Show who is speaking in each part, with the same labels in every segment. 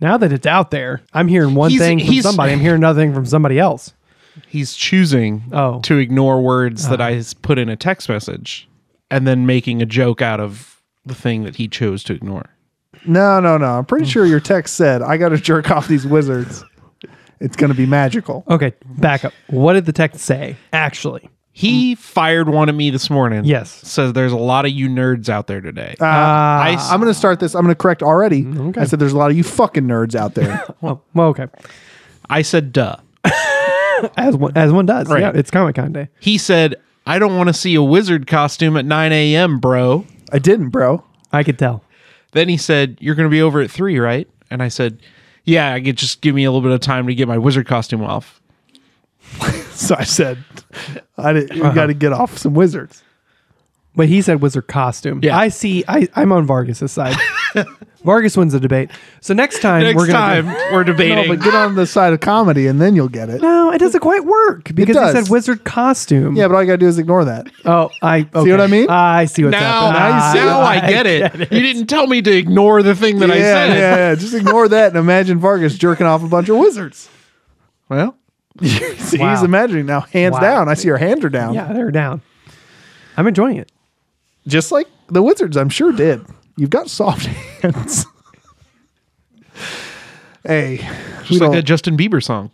Speaker 1: Now that it's out there, I'm hearing one
Speaker 2: He's-
Speaker 1: thing from
Speaker 2: he's-
Speaker 1: somebody. I'm hearing another thing from somebody else.
Speaker 2: He's choosing
Speaker 1: Oh. Uh-huh.
Speaker 2: to ignore words that I s- put in a text message and then making a joke out of the thing that he chose to ignore.
Speaker 3: No, no, no. I'm pretty sure your text said, I got to jerk off these wizards. It's going to be magical.
Speaker 1: Okay, back up. What did the text say? Actually,
Speaker 2: He fired one at me this morning.
Speaker 1: Mm. Yes.
Speaker 2: Says there's a lot of you nerds out there today.
Speaker 3: Uh,
Speaker 1: I
Speaker 2: s-
Speaker 3: I'm going to start this. I'm going to correct already. I said there's a lot of you fucking nerds out there.
Speaker 1: well, Oh, well, okay,
Speaker 2: I said, duh.
Speaker 1: as one as one does.
Speaker 2: Right.
Speaker 1: Yeah, it's Comic Con day.
Speaker 2: He said, I don't want to see a wizard costume at 9 a.m., bro.
Speaker 3: I didn't, bro.
Speaker 1: I could tell.
Speaker 2: Then he said, You're going to be over at 3, right? And I said, Yeah, I could just give me a little bit of time to get my wizard costume off.
Speaker 3: So I said, I did, you got to get off some wizards.
Speaker 1: But he said wizard costume.
Speaker 2: Yeah.
Speaker 1: I see. I, I'm on Vargas's side. Vargas wins the debate. So next time
Speaker 2: Next
Speaker 1: we're gonna
Speaker 2: time,
Speaker 1: do-
Speaker 2: we're
Speaker 3: No,
Speaker 2: debating.
Speaker 3: but get on the side of comedy and then you'll get it.
Speaker 1: no, it doesn't quite work because he
Speaker 3: does.
Speaker 1: said wizard costume.
Speaker 3: Yeah, but all you got to do is ignore that.
Speaker 1: Oh, I okay.
Speaker 3: what I mean?
Speaker 1: I see what's
Speaker 2: now,
Speaker 1: happening.
Speaker 2: now, I, get, it. You didn't tell me to ignore the thing that I
Speaker 3: yeah,
Speaker 2: said.
Speaker 3: yeah, yeah. Just ignore that and imagine Vargas jerking off a bunch of wizards.
Speaker 2: Well,
Speaker 3: See,
Speaker 1: Wow.
Speaker 3: he's imagining now, hands
Speaker 1: Wow.
Speaker 3: down. I see her hand her down.
Speaker 1: Ah, Yeah, they're down. I'm enjoying it.
Speaker 3: Just like the wizards, I'm sure did. You've got soft hands. hey, we
Speaker 2: just like
Speaker 3: don't-
Speaker 2: that Justin Bieber song.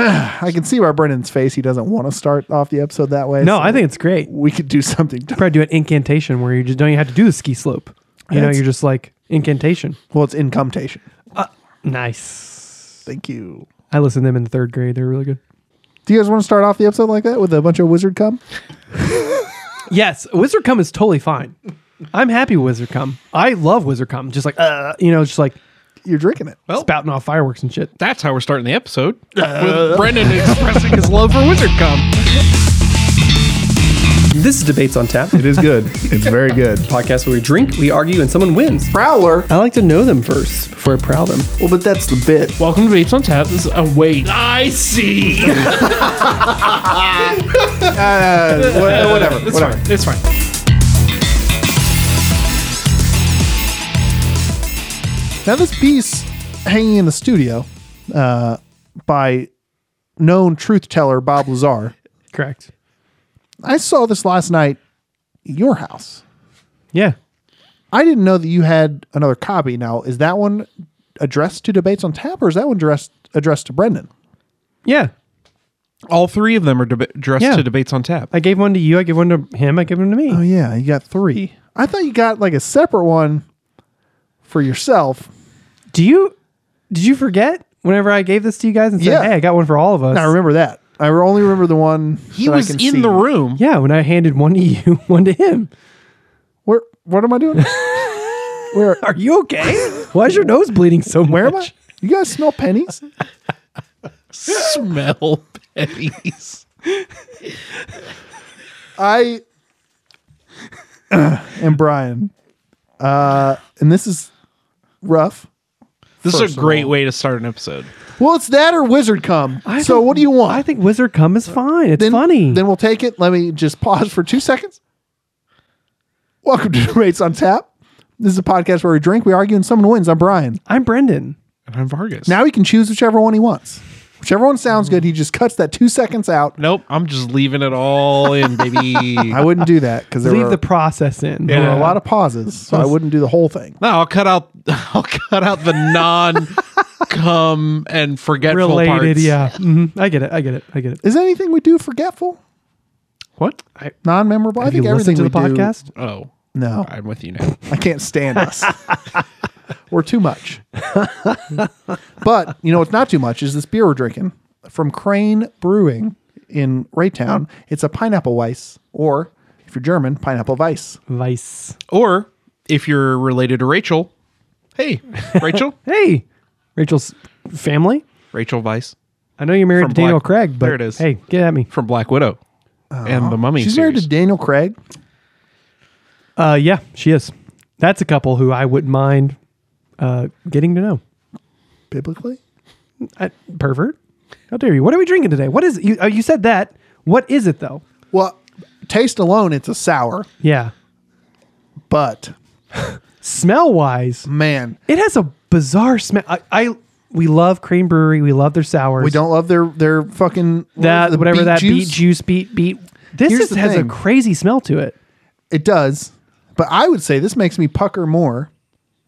Speaker 3: I can see by Brennan's face he doesn't want to start off the episode that way.
Speaker 1: No,
Speaker 3: so
Speaker 1: I think it's great.
Speaker 3: we could do something. To,
Speaker 1: Probably do an incantation where you just don't even have to do the ski slope. You know,
Speaker 3: That's-
Speaker 1: you're just like incantation.
Speaker 3: well, it's incantation.
Speaker 1: Nice.
Speaker 3: Thank you.
Speaker 1: I listened to them in third grade. They're really good.
Speaker 3: Do you guys want to start off the episode like that with a bunch of wizard cum?
Speaker 1: Yes, Wizard Come is totally fine. I'm happy with Wizard Come. I love Wizard Come. Just like uh, you know, just like
Speaker 3: You're drinking it.
Speaker 2: Well-
Speaker 1: spouting off fireworks and shit.
Speaker 2: That's how we're starting the episode
Speaker 4: Uh,
Speaker 2: with Brendan expressing his love for Wizard Come.
Speaker 1: This is debates on tap.
Speaker 3: It is good. it's very good.
Speaker 1: podcast where we drink, we argue, and someone wins.
Speaker 3: Prowler.
Speaker 1: I like to know them first before I prowl them.
Speaker 3: Well, but that's the bit.
Speaker 4: Welcome to Bates on Tap. This is oh wait. I see.
Speaker 3: Uh, wha- whatever. whatever.
Speaker 4: It's fine.
Speaker 3: Now, this piece hanging in the studio uh, by known truth teller Bob Lazar.
Speaker 1: Correct.
Speaker 3: I saw this last night at your house.
Speaker 1: Yeah.
Speaker 3: I didn't know that you had another copy. Now, is that one addressed to debates on tap, or is that one addressed addressed to Brendan?
Speaker 1: Yeah.
Speaker 2: All three of them are deba- dressed
Speaker 1: Yeah.
Speaker 2: to debates on tap.
Speaker 1: I gave one to you. I gave one to him. I gave one to me.
Speaker 3: Oh yeah, you got three. I thought you got like a separate one for yourself.
Speaker 1: Do you? Did you forget whenever I gave this to you guys and said,
Speaker 3: Yeah.
Speaker 1: "Hey, I got one for all of us."
Speaker 3: I remember that. I only remember the one
Speaker 2: He
Speaker 3: that I
Speaker 2: was in
Speaker 3: can see.
Speaker 2: the room.
Speaker 1: yeah, when I handed one to you, one to him.
Speaker 3: Where? What am I doing? where?
Speaker 1: Are you okay? Why is your nose bleeding so much?
Speaker 3: Where am I? You guys smell pennies?
Speaker 2: Smell pennies.
Speaker 3: I and Brian. Uh, and this is rough.
Speaker 2: This
Speaker 3: First
Speaker 2: is
Speaker 3: of
Speaker 2: a great
Speaker 3: all.
Speaker 2: way to start an episode.
Speaker 3: Well, it's that or Wizard Come.
Speaker 1: I
Speaker 3: so
Speaker 1: think-
Speaker 3: what do you want?
Speaker 1: I think Wizard Come is fine. It's
Speaker 3: then,
Speaker 1: funny.
Speaker 3: Then we'll take it. Let me just pause for two seconds. Welcome to Rates on Tap. This is a podcast where we drink, we argue, and someone wins. I'm Brian.
Speaker 1: I'm Brendan.
Speaker 2: And I'm Vargas.
Speaker 3: Now he can choose whichever one he wants. Whichever one sounds good, he just cuts that two seconds out.
Speaker 2: nope, I'm just leaving it all in, baby.
Speaker 3: I wouldn't do that because there,
Speaker 1: Leave
Speaker 3: were,
Speaker 1: the process in.
Speaker 3: there were a lot of pauses, so I wouldn't do the whole thing.
Speaker 2: No, I'll cut out. I'll cut out the non come and forgetful
Speaker 1: related.
Speaker 2: parts.
Speaker 1: Yeah, hmm I get it. I get it. I get it.
Speaker 3: Is anything we do forgetful,
Speaker 2: What?
Speaker 3: non-memorable? I
Speaker 1: Have
Speaker 3: think
Speaker 1: you
Speaker 3: everything
Speaker 1: listened to the
Speaker 3: we do-
Speaker 1: podcast?
Speaker 2: Oh,
Speaker 3: No,
Speaker 2: I'm with you now.
Speaker 3: I can't stand us. we're too much. but you know what's not too much is this beer we're drinking from Crane Brewing in Raytown. It's a pineapple Weiss, or if you're German, pineapple Weiss.
Speaker 1: Vice.
Speaker 2: Or if you're related to Rachel, hey, Rachel,
Speaker 1: Hey, Rachel's family.
Speaker 2: Rachel Vice
Speaker 1: I know you're married
Speaker 2: From
Speaker 1: to Daniel
Speaker 2: Black-
Speaker 1: Craig, but
Speaker 2: there it is.
Speaker 1: hey, get at me.
Speaker 2: from Black Widow and the Mummy.
Speaker 3: Oh, She's
Speaker 2: series.
Speaker 3: married to Daniel Craig.
Speaker 1: Uh, yeah, she is. That's a couple who I wouldn't mind uh, getting to know.
Speaker 3: Biblically,
Speaker 1: I, Uh, pervert, how dare you? What are we drinking today? What is it? You, oh, you said that. What is it though?
Speaker 3: well, taste alone, it's a sour,
Speaker 1: Yeah,
Speaker 3: but
Speaker 1: smell wise,
Speaker 3: man,
Speaker 1: it has a bizarre smell. I, I we love Crane Brewery. We love their sours.
Speaker 3: We don't love their their fucking what
Speaker 1: that
Speaker 3: is it,
Speaker 1: whatever
Speaker 3: beet
Speaker 1: that
Speaker 3: juice?
Speaker 1: beet juice beet beet. This
Speaker 3: Here's
Speaker 1: is,
Speaker 3: the
Speaker 1: has a
Speaker 3: thing.
Speaker 1: crazy smell to it.
Speaker 3: It does, but I would say this makes me pucker more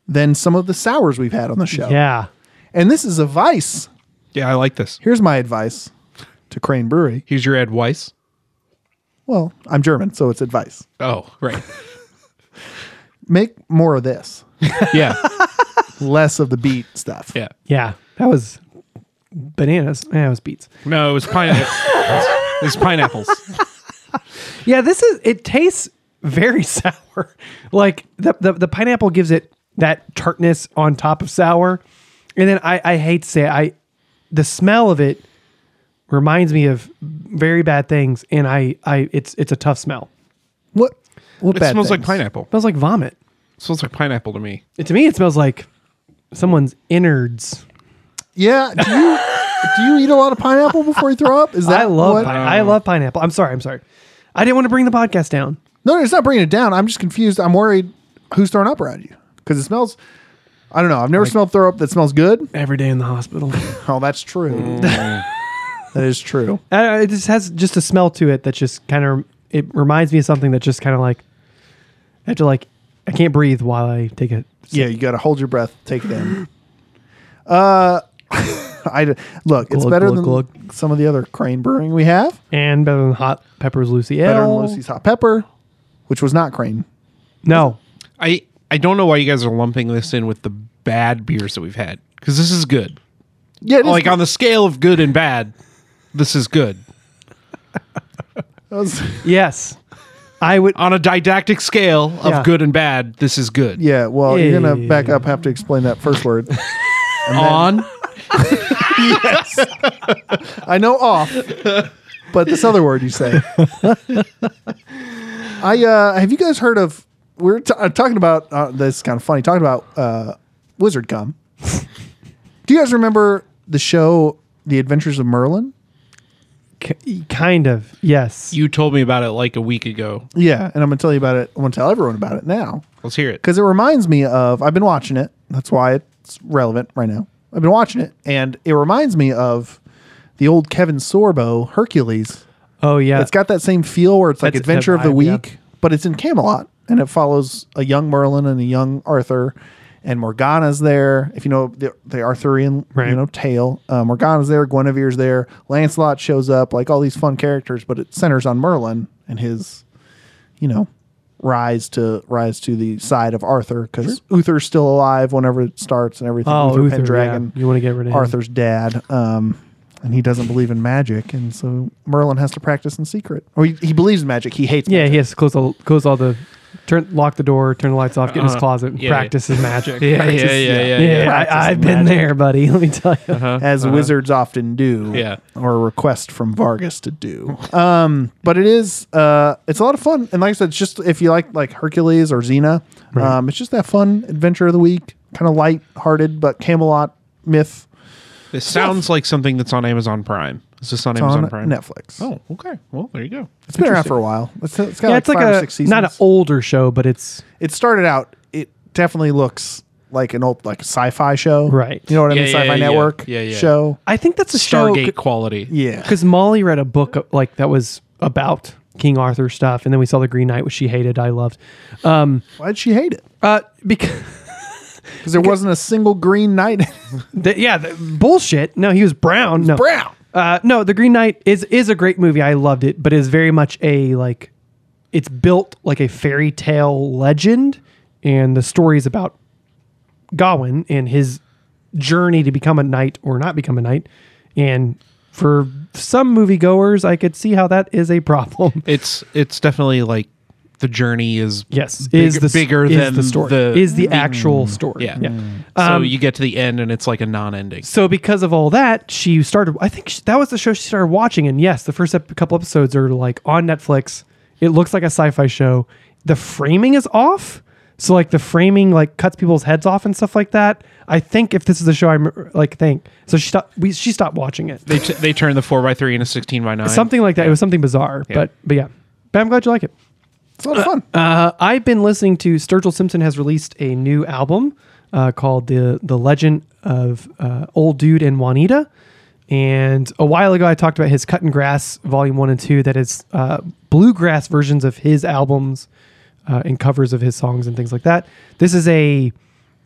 Speaker 3: than some of the sours we've had on the show.
Speaker 1: Yeah.
Speaker 3: And this is a vice.
Speaker 2: Yeah, I like this.
Speaker 3: Here's my advice to Crane Brewery.
Speaker 2: Here's your Ed Weiss.
Speaker 3: Well, I'm German, so it's advice.
Speaker 2: Oh, right.
Speaker 3: Make more of this,
Speaker 2: Yeah.
Speaker 3: less of the beet stuff.
Speaker 2: yeah.
Speaker 1: Yeah. That was bananas. Yeah, it was beets.
Speaker 2: No, it was pineapple. it was pineapples.
Speaker 1: Yeah, this is it tastes very sour. Like the, the the pineapple gives it that tartness on top of sour. And then I I hate to say it, I the smell of it reminds me of very bad things and I I it's it's a tough smell.
Speaker 3: What? What
Speaker 2: It
Speaker 3: bad
Speaker 2: smells like
Speaker 3: things?
Speaker 2: pineapple.
Speaker 1: smells like vomit.
Speaker 2: It smells like pineapple to me.
Speaker 1: to me it smells like someone's innards.
Speaker 3: Yeah. Do you do you eat a lot of pineapple before you throw up? Is that
Speaker 1: I love
Speaker 3: what-
Speaker 1: pi- I love pineapple. I'm sorry, I'm sorry. I didn't want to bring the podcast down.
Speaker 3: No, no, it's not bringing it down. I'm just confused. I'm worried who's throwing up around you because it smells. I don't know. I've never smelled throw up that smells good.
Speaker 1: Every day in the hospital.
Speaker 3: Oh, that's true. that
Speaker 1: Mm.
Speaker 3: is true.
Speaker 1: I don't know, it just has just a smell to it that just kind of it reminds me of something that just kind of like I have to like I can't breathe while I take it.
Speaker 3: Yeah, you got to hold your breath, take it in. Uh, I d- look. it's
Speaker 1: Glug,
Speaker 3: better
Speaker 1: glug,
Speaker 3: than
Speaker 1: glug.
Speaker 3: some of the other Crane Brewing we have.
Speaker 1: And better than hot peppers, Lucy.
Speaker 3: Better than
Speaker 1: Ale.
Speaker 3: Lucy's Hot Pepper, which was not Crane.
Speaker 1: No,
Speaker 2: I I don't know why you guys are lumping this in with the bad beers that we've had because this is good.
Speaker 3: Yeah, it is
Speaker 2: Like
Speaker 3: good.
Speaker 2: on the scale of good and bad, this is good.
Speaker 3: That was-
Speaker 1: yes, I would.
Speaker 2: On a didactic scale of
Speaker 1: Yeah.
Speaker 2: good and bad, this is good.
Speaker 3: yeah. Well, you're gonna
Speaker 1: Yeah.
Speaker 3: back up. Have to explain that first word.
Speaker 2: On
Speaker 3: yes, I know off, but this other word you say. I uh, have you guys heard of? We're t- uh, talking about uh, this is kind of funny. Talking about uh, Wizard Gum. Do you guys remember the show The Adventures of Merlin?
Speaker 1: K- kind of yes.
Speaker 2: you told me about it like a week ago.
Speaker 3: Yeah, and I'm gonna tell you about it. I'm gonna tell everyone about it now
Speaker 2: Let's hear it.
Speaker 3: because it reminds me of. I've been watching it. That's why it's relevant right now. I've been watching it, and it reminds me of the old Kevin Sorbo Hercules
Speaker 1: oh yeah,
Speaker 3: It's got that same feel where it's like
Speaker 1: That's-
Speaker 3: adventure of
Speaker 1: that
Speaker 3: the
Speaker 1: vibe, yeah.
Speaker 3: week, but it's in Camelot and it follows a young Merlin and a young Arthur, and Morgana's there. If you know the, the Arthurian
Speaker 1: Right.
Speaker 3: you know tale, uh, Morgana's there, Guinevere's there, Lancelot shows up, like all these fun characters, but it centers on Merlin and his, you know, rise to rise to the side of Arthur because Uther's still alive whenever it starts and everything.
Speaker 1: Oh, Uther, yeah.
Speaker 3: Pendragon.
Speaker 1: You wanna get rid of him.
Speaker 3: Arthur's dad. Um, and he doesn't believe in magic, and so Merlin has to practice in secret. Or he, he believes in magic. He hates.
Speaker 1: yeah.
Speaker 3: magic.
Speaker 1: He has to close all close all the turn lock the door, turn the lights off, get in his
Speaker 3: Uh-huh.
Speaker 1: closet, and
Speaker 2: yeah.
Speaker 1: practice his magic.
Speaker 2: Yeah, yeah,
Speaker 1: Practice-
Speaker 2: yeah, yeah,
Speaker 1: yeah.
Speaker 2: yeah.
Speaker 1: I,
Speaker 3: Practice Uh-huh.
Speaker 1: I've been there, buddy. Let me tell you.
Speaker 3: as
Speaker 1: Uh-huh.
Speaker 3: wizards often do,
Speaker 2: Yeah.
Speaker 3: or request from Vargas to do. Um, but it is, uh, it's a lot of fun, and like I said, it's just if you like like Hercules or Xena, um, it's just that fun adventure of the week, kind of light-hearted, but Camelot myth
Speaker 2: This sounds like something that's on Amazon Prime. Is this on Amazon
Speaker 3: on
Speaker 2: Prime?
Speaker 3: Netflix.
Speaker 2: Oh, okay. Well, there you go.
Speaker 3: it's been around for a while. It's, it's got
Speaker 1: yeah,
Speaker 3: like
Speaker 1: it's like
Speaker 3: five or
Speaker 1: a
Speaker 3: six seasons.
Speaker 1: not an older show, but it's
Speaker 3: it started out. It definitely looks like an old like sci-fi show,
Speaker 1: Right.
Speaker 3: You know what
Speaker 2: Yeah,
Speaker 3: I mean?
Speaker 2: yeah,
Speaker 3: sci-fi
Speaker 2: yeah,
Speaker 3: network,
Speaker 2: yeah, yeah.
Speaker 3: show.
Speaker 1: I think that's a
Speaker 2: Stargate
Speaker 1: show
Speaker 2: quality.
Speaker 3: Yeah,
Speaker 1: because Molly read a book uh, like that was about King Arthur stuff, and then we saw the Green Knight, which she hated. I loved,
Speaker 3: why'd she hate it?
Speaker 1: uh, because
Speaker 3: Because there wasn't a single Green Knight.
Speaker 1: the, yeah, the, bullshit. No, he was brown. No,
Speaker 3: Brown.
Speaker 1: Uh, no, the Green Knight is is a great movie. I loved it, but is very much a like, it's built like a fairy tale legend, and the story is about Gawain and his journey to become a knight or not become a knight, and for some moviegoers, I could see how that is a problem.
Speaker 2: It's it's definitely like the journey is
Speaker 1: Yes,
Speaker 2: big-
Speaker 1: is the s-
Speaker 2: bigger
Speaker 1: is
Speaker 2: than
Speaker 1: the story
Speaker 2: the- Mm-hmm.
Speaker 1: is the Um, actual story.
Speaker 2: yeah. So you get to the end and it's like a non-ending.
Speaker 1: So because of all that, she started. I think she, that was the show she started watching. And yes, the first ep- couple episodes are like on Netflix. It looks like a sci-fi show. The framing is off. So like the framing like cuts people's heads off and stuff like that. I think if this is the show I'm like think so she stopped we she stopped watching it.
Speaker 2: They t- they turn the four by three into sixteen by nine.
Speaker 1: Something like that. It was something bizarre, but but yeah. But I'm glad you like it.
Speaker 3: It's a lot of fun.
Speaker 1: Uh, I've been listening to Sturgill Simpson has released a new album uh, called the the Legend of uh, Old Dude and Juanita. And a while ago, I talked about his Cut and Grass Volume One and Two, that is uh, bluegrass versions of his albums uh, and covers of his songs and things like that. This is a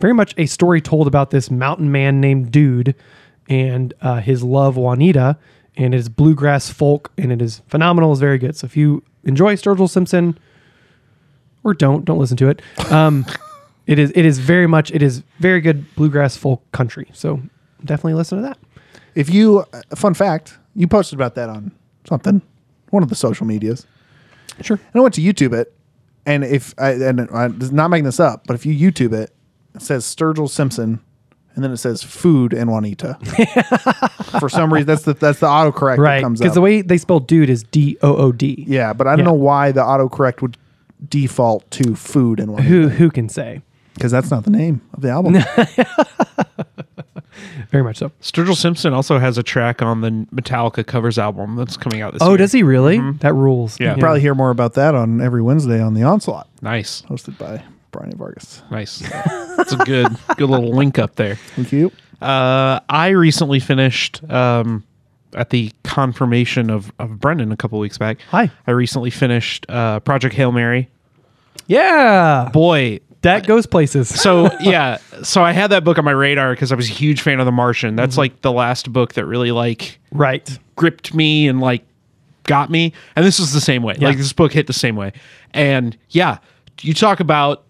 Speaker 1: very much a story told about this mountain man named Dude and uh, his love Juanita, and it is bluegrass folk, and it is phenomenal. It's very good. So if you enjoy Sturgill Simpson, or don't don't listen to it. Um, it is it is very much it is very good bluegrass folk country. So definitely listen to that.
Speaker 3: If you, uh, fun fact, you posted about that on something, one of the social medias.
Speaker 1: Sure.
Speaker 3: And I went to YouTube it, and if I and I'm not making this up, but if you YouTube it, it says Sturgill Simpson, and then it says food and Juanita. For some reason, that's the that's the autocorrect that
Speaker 1: Right.
Speaker 3: comes
Speaker 1: Because
Speaker 3: up.
Speaker 1: the way they spell dude is D O O D.
Speaker 3: yeah, but I don't
Speaker 1: Yeah.
Speaker 3: know why the autocorrect would default to food and Juanita
Speaker 1: Who who can say?
Speaker 3: because that's not the name of the album.
Speaker 1: Very much so.
Speaker 2: Sturgill Simpson also has a track on the Metallica covers album that's coming out this year.
Speaker 1: Oh, does he really? That rules.
Speaker 2: Yeah.
Speaker 3: Probably hear more about that on every Wednesday on the Onslaught,
Speaker 2: Nice.
Speaker 3: hosted by Brian A. Vargas.
Speaker 2: Nice. That's a good good little link up there.
Speaker 3: Thank you.
Speaker 2: Uh, I recently finished um, at the confirmation of, of Brendan a couple weeks back.
Speaker 1: Hi.
Speaker 2: I recently finished uh, Project Hail Mary.
Speaker 1: Yeah.
Speaker 2: Boy,
Speaker 1: That goes places.
Speaker 2: so yeah, so I had that book on my radar because I was a huge fan of The Martian.
Speaker 1: Mm-hmm.
Speaker 2: That's like the last book that really like
Speaker 1: Right.
Speaker 2: gripped me and like got me. And this was the same way. Like this book hit the same way. And yeah, you talk about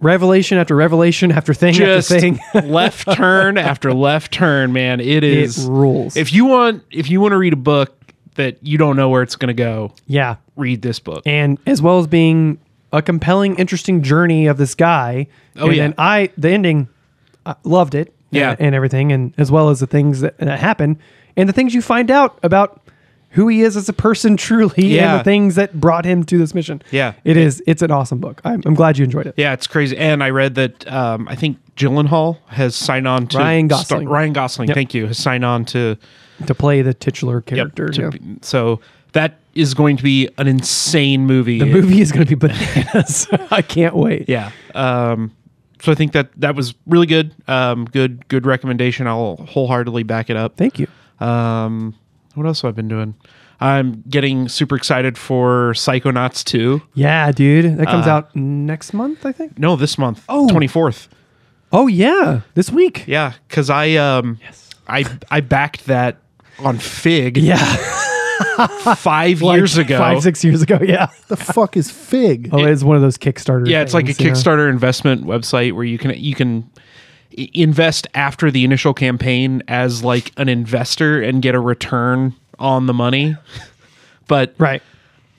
Speaker 1: Revelation after revelation after thing
Speaker 2: just
Speaker 1: after thing.
Speaker 2: left turn after left turn, man. It is
Speaker 1: rules.
Speaker 2: If you want, if you want to read a book that you don't know where it's going to go,
Speaker 1: yeah.
Speaker 2: read this book.
Speaker 1: and as well as being a compelling, interesting journey of this guy.
Speaker 2: Oh,
Speaker 1: and
Speaker 2: yeah.
Speaker 1: then I the ending, I loved it.
Speaker 2: Yeah.
Speaker 1: and, and everything, and as well as the things that, that happen, and the things you find out about who he is as a person truly,
Speaker 2: Yeah.
Speaker 1: and the things that brought him to this mission.
Speaker 2: Yeah.
Speaker 1: it is. It's an awesome book. I'm, I'm glad you enjoyed it.
Speaker 2: yeah, it's crazy. And I read that um, I think Gyllenhaal has signed on to
Speaker 1: Ryan
Speaker 2: Star-
Speaker 1: Gosling.
Speaker 2: Ryan Gosling, thank you, has signed on to.
Speaker 1: To play the titular
Speaker 2: Yep,
Speaker 1: character,
Speaker 2: to
Speaker 1: yeah.
Speaker 2: be- so that is going to be an insane movie.
Speaker 1: the movie is going to be bananas. I can't wait.
Speaker 2: Yeah. Um, so I think that that was really good. Um, good, good recommendation. I'll wholeheartedly back it up.
Speaker 1: Thank you.
Speaker 2: Um, what else have I been doing? I'm getting super excited for Psychonauts 2.
Speaker 1: Yeah, dude, that
Speaker 2: Uh,
Speaker 1: comes out next month, I think.
Speaker 2: No, this month.
Speaker 1: Oh.
Speaker 2: 24th.
Speaker 1: Oh yeah, this week.
Speaker 2: Yeah, cuz I um I I backed that on Fig
Speaker 1: yeah.
Speaker 2: 5
Speaker 1: like
Speaker 2: years ago.
Speaker 1: five six years ago. Yeah.
Speaker 3: The fuck is Fig?
Speaker 1: Oh, it's one of those Kickstarter.
Speaker 2: yeah, it's like a
Speaker 1: things, you know?
Speaker 2: Kickstarter investment website where you can you can i- invest after the initial campaign as like an investor and get a return on the money. But
Speaker 1: Right.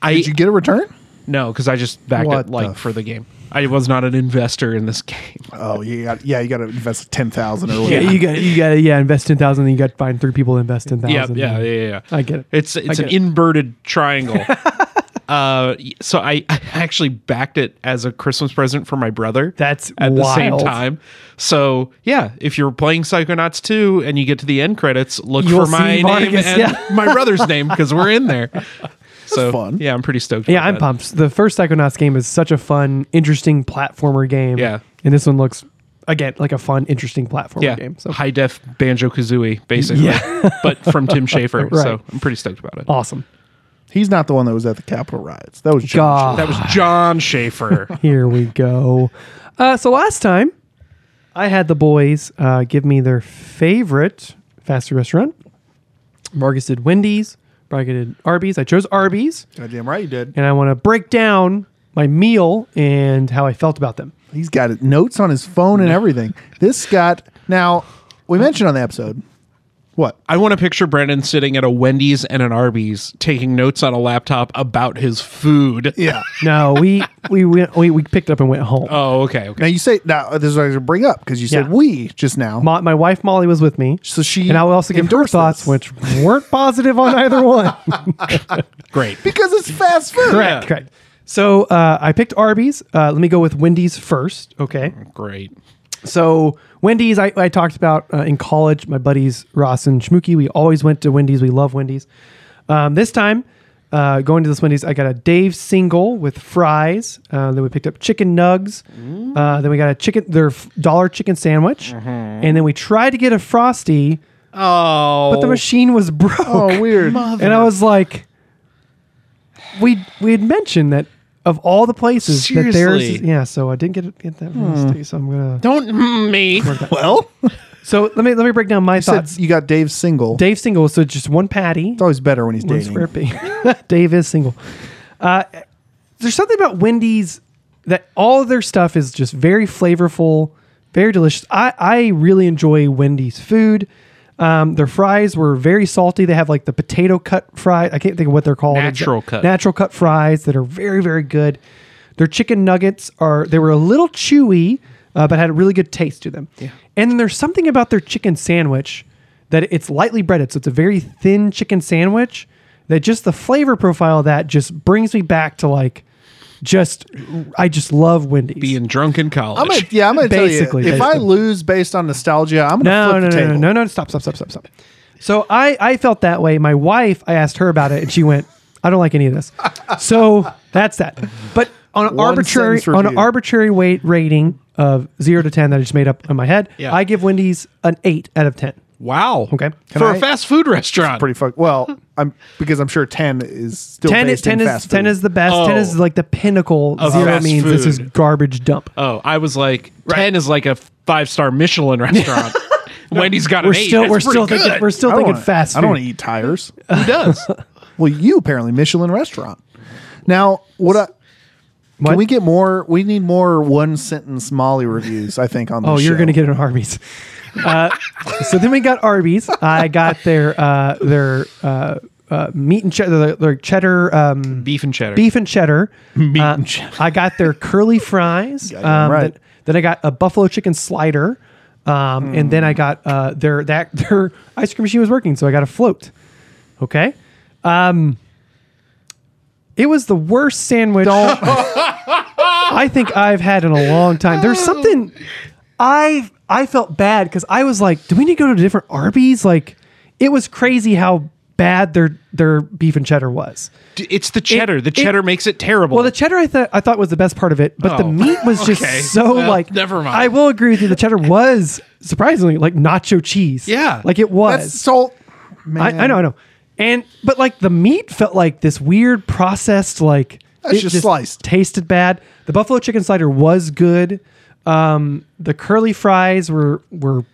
Speaker 2: I
Speaker 3: Did you get a return?
Speaker 2: No, because I just backed
Speaker 3: What
Speaker 2: it like
Speaker 3: the
Speaker 2: for the game. I was not an investor in this game.
Speaker 3: Oh, you got yeah, you got to invest ten thousand or whatever.
Speaker 1: Yeah, you got you got yeah, invest ten thousand, then you got to find three people to invest ten
Speaker 2: yeah,
Speaker 1: thousand.
Speaker 2: yeah, yeah, yeah.
Speaker 1: I get it.
Speaker 2: It's it's
Speaker 1: get
Speaker 2: an
Speaker 1: it.
Speaker 2: inverted triangle. uh, so I, I actually backed it as a Christmas present for my brother.
Speaker 1: That's
Speaker 2: at the same
Speaker 1: wild.
Speaker 2: time. So yeah, if you're playing Psychonauts two and you get to the end credits, look
Speaker 1: You'll
Speaker 2: for my
Speaker 1: see
Speaker 2: name
Speaker 1: Vargas,
Speaker 2: and
Speaker 1: yeah.
Speaker 2: my brother's name because we're in there. So
Speaker 3: fun.
Speaker 2: Yeah, I'm pretty stoked.
Speaker 1: Yeah,
Speaker 2: about
Speaker 1: I'm
Speaker 2: that.
Speaker 1: pumped. The first Psychonauts game is such a fun, interesting platformer game.
Speaker 2: Yeah.
Speaker 1: And this one looks again like a fun, interesting platformer
Speaker 2: Yeah,
Speaker 1: game. So
Speaker 2: high def Banjo Kazooie, basically,
Speaker 1: Yeah.
Speaker 2: but from Tim Schafer.
Speaker 1: Right.
Speaker 2: So I'm pretty stoked about it.
Speaker 1: awesome.
Speaker 3: He's not the one that was at the Capitol riots. That was John.
Speaker 1: God,
Speaker 2: That was John Schaefer.
Speaker 1: here we go. Uh, so last time I had the boys uh, give me their favorite fast food restaurant. Marcus did Wendy's. Braga did Arby's. I chose Arby's.
Speaker 3: Schaefer. Goddamn right, you did.
Speaker 1: and I want to break down my meal and how I felt about them.
Speaker 3: He's got it- notes on his phone and everything. This got now. We mentioned on the episode. What?
Speaker 2: I want to picture Brendan sitting at a Wendy's and an Arby's taking notes on a laptop about his food.
Speaker 3: Yeah.
Speaker 1: No, we we went, we we picked up and went home.
Speaker 2: Oh, okay,
Speaker 3: now
Speaker 2: okay.
Speaker 3: you say now this is what I was gonna bring up because you said
Speaker 1: Yeah.
Speaker 3: we just now.
Speaker 1: my, my wife Molly was with me,
Speaker 3: so she
Speaker 1: and I will also give her
Speaker 3: endorsed
Speaker 1: thoughts,
Speaker 3: this.
Speaker 1: which weren't positive on either one.
Speaker 2: Great.
Speaker 3: because it's fast food.
Speaker 2: Correct.
Speaker 1: Correct. So uh, I picked Arby's. Uh, let me go with Wendy's first. Okay.
Speaker 2: Great.
Speaker 1: So Wendy's, I, I talked about uh, in college. My buddies Ross and Schmooky, we always went to Wendy's. We love Wendy's. Um, this time, Uh, going to this Wendy's, I got a Dave single with fries. Uh, then we picked up chicken nugs. Uh, then we got a chicken, their f- dollar chicken sandwich. And then we tried to get a frosty,
Speaker 2: Oh,
Speaker 1: but the machine was broke.
Speaker 3: Oh, weird.
Speaker 1: And I was like, we we had mentioned that of all the places that theirs, is,
Speaker 2: Seriously?
Speaker 1: yeah. So I didn't get get that frosty. So I'm gonna.
Speaker 2: don't mm me.
Speaker 3: Well,
Speaker 1: So let me let me break down my
Speaker 3: said
Speaker 1: thoughts.
Speaker 3: you got Dave single.
Speaker 1: Dave single, so just one patty.
Speaker 3: it's always better when he's
Speaker 1: One
Speaker 3: dating.
Speaker 1: square pig. Dave is single. Uh, there's something about Wendy's that all of their stuff is just very flavorful, very delicious. I, I really enjoy Wendy's food. Um, their fries were very salty. They have like the potato cut fry. I can't think of what they're called.
Speaker 2: Natural
Speaker 1: Exa-
Speaker 2: cut.
Speaker 1: Natural cut fries that are very very good. Their chicken nuggets are they were a little chewy, uh, but had a really good taste to them. Yeah. And then there's something about their chicken sandwich that it's lightly breaded, so it's a very thin chicken sandwich. That just the flavor profile of that just brings me back to like, just I just love Wendy's.
Speaker 2: Being drunk in college.
Speaker 3: I'm gonna, yeah, I'm gonna
Speaker 1: Basically,
Speaker 3: tell you. If I
Speaker 1: basically.
Speaker 3: lose based on nostalgia, I'm gonna
Speaker 1: no,
Speaker 3: flip
Speaker 1: no,
Speaker 3: the
Speaker 1: no,
Speaker 3: table.
Speaker 1: no, no, no, stop, stop, stop, stop, stop. So I, I felt that way. My wife, I asked her about it, and she went, "I don't like any of this." So that's that. But on an
Speaker 3: One
Speaker 1: arbitrary
Speaker 3: sentence
Speaker 1: on an
Speaker 3: review.
Speaker 1: arbitrary weight rating of zero to ten that I just made up in my head,
Speaker 2: Yeah.
Speaker 1: I give Wendy's an eight out of ten.
Speaker 2: wow.
Speaker 1: Okay. Can
Speaker 2: For a
Speaker 3: I-
Speaker 2: fast food restaurant.
Speaker 3: Pretty fuck. Well, I'm because I'm sure ten is still
Speaker 1: Ten is
Speaker 3: based
Speaker 1: ten
Speaker 3: in
Speaker 1: is
Speaker 3: fast
Speaker 1: ten
Speaker 3: food.
Speaker 1: is the best. Ten
Speaker 2: Oh.
Speaker 1: is like the pinnacle.
Speaker 2: Of
Speaker 1: Zero
Speaker 2: fast
Speaker 1: means this is
Speaker 2: food.
Speaker 1: garbage dump.
Speaker 2: oh, I was like, ten is like a five star Michelin restaurant. Wendy's got an
Speaker 1: we're
Speaker 2: eight.
Speaker 1: still
Speaker 2: That's
Speaker 1: we're
Speaker 2: pretty
Speaker 1: still thinking
Speaker 2: good.
Speaker 1: we're still
Speaker 3: I don't
Speaker 1: thinking
Speaker 3: wanna-
Speaker 1: fast food.
Speaker 3: I don't want to eat tires.
Speaker 2: Who does?
Speaker 3: well, you apparently Michelin restaurant. Now, what? I,
Speaker 1: What?
Speaker 3: Can we get more? We need more one sentence Molly reviews. I think on. This
Speaker 1: Oh, you're
Speaker 3: show.
Speaker 1: gonna get an Arby's. Uh, so then we got Arby's. I got their uh, their uh, uh, meat and cheddar, their, their cheddar um,
Speaker 2: Beef and cheddar.
Speaker 1: beef and cheddar. Meat
Speaker 3: and cheddar.
Speaker 1: I got their curly fries.
Speaker 3: Goddamn right.
Speaker 1: then, then I got a buffalo chicken slider, um, and
Speaker 3: Hmm.
Speaker 1: then I got uh, their that their ice cream machine was working, so I got a float. Okay. Um, it was the worst sandwich I think I've had in a long time. There's something I I felt bad because I was like, do we need to go to a different Arby's? Like, it was crazy how bad their their beef and cheddar was.
Speaker 2: D- It's the cheddar. the
Speaker 1: it-
Speaker 2: cheddar makes it terrible.
Speaker 1: Well, the cheddar I thought I thought was the best part of it, but the
Speaker 2: Oh.
Speaker 1: meat was just
Speaker 2: Okay.
Speaker 1: so
Speaker 2: Well,
Speaker 1: like.
Speaker 2: never mind.
Speaker 1: I will agree with you. The cheddar was surprisingly like nacho cheese.
Speaker 2: Yeah.
Speaker 1: like it
Speaker 3: That's
Speaker 1: was.
Speaker 3: salt. Man.
Speaker 1: I, I know, I know. And but like the meat felt like this weird processed like.
Speaker 3: That's just sliced.
Speaker 1: Tasted bad. The buffalo chicken slider was good. Um, the curly fries were were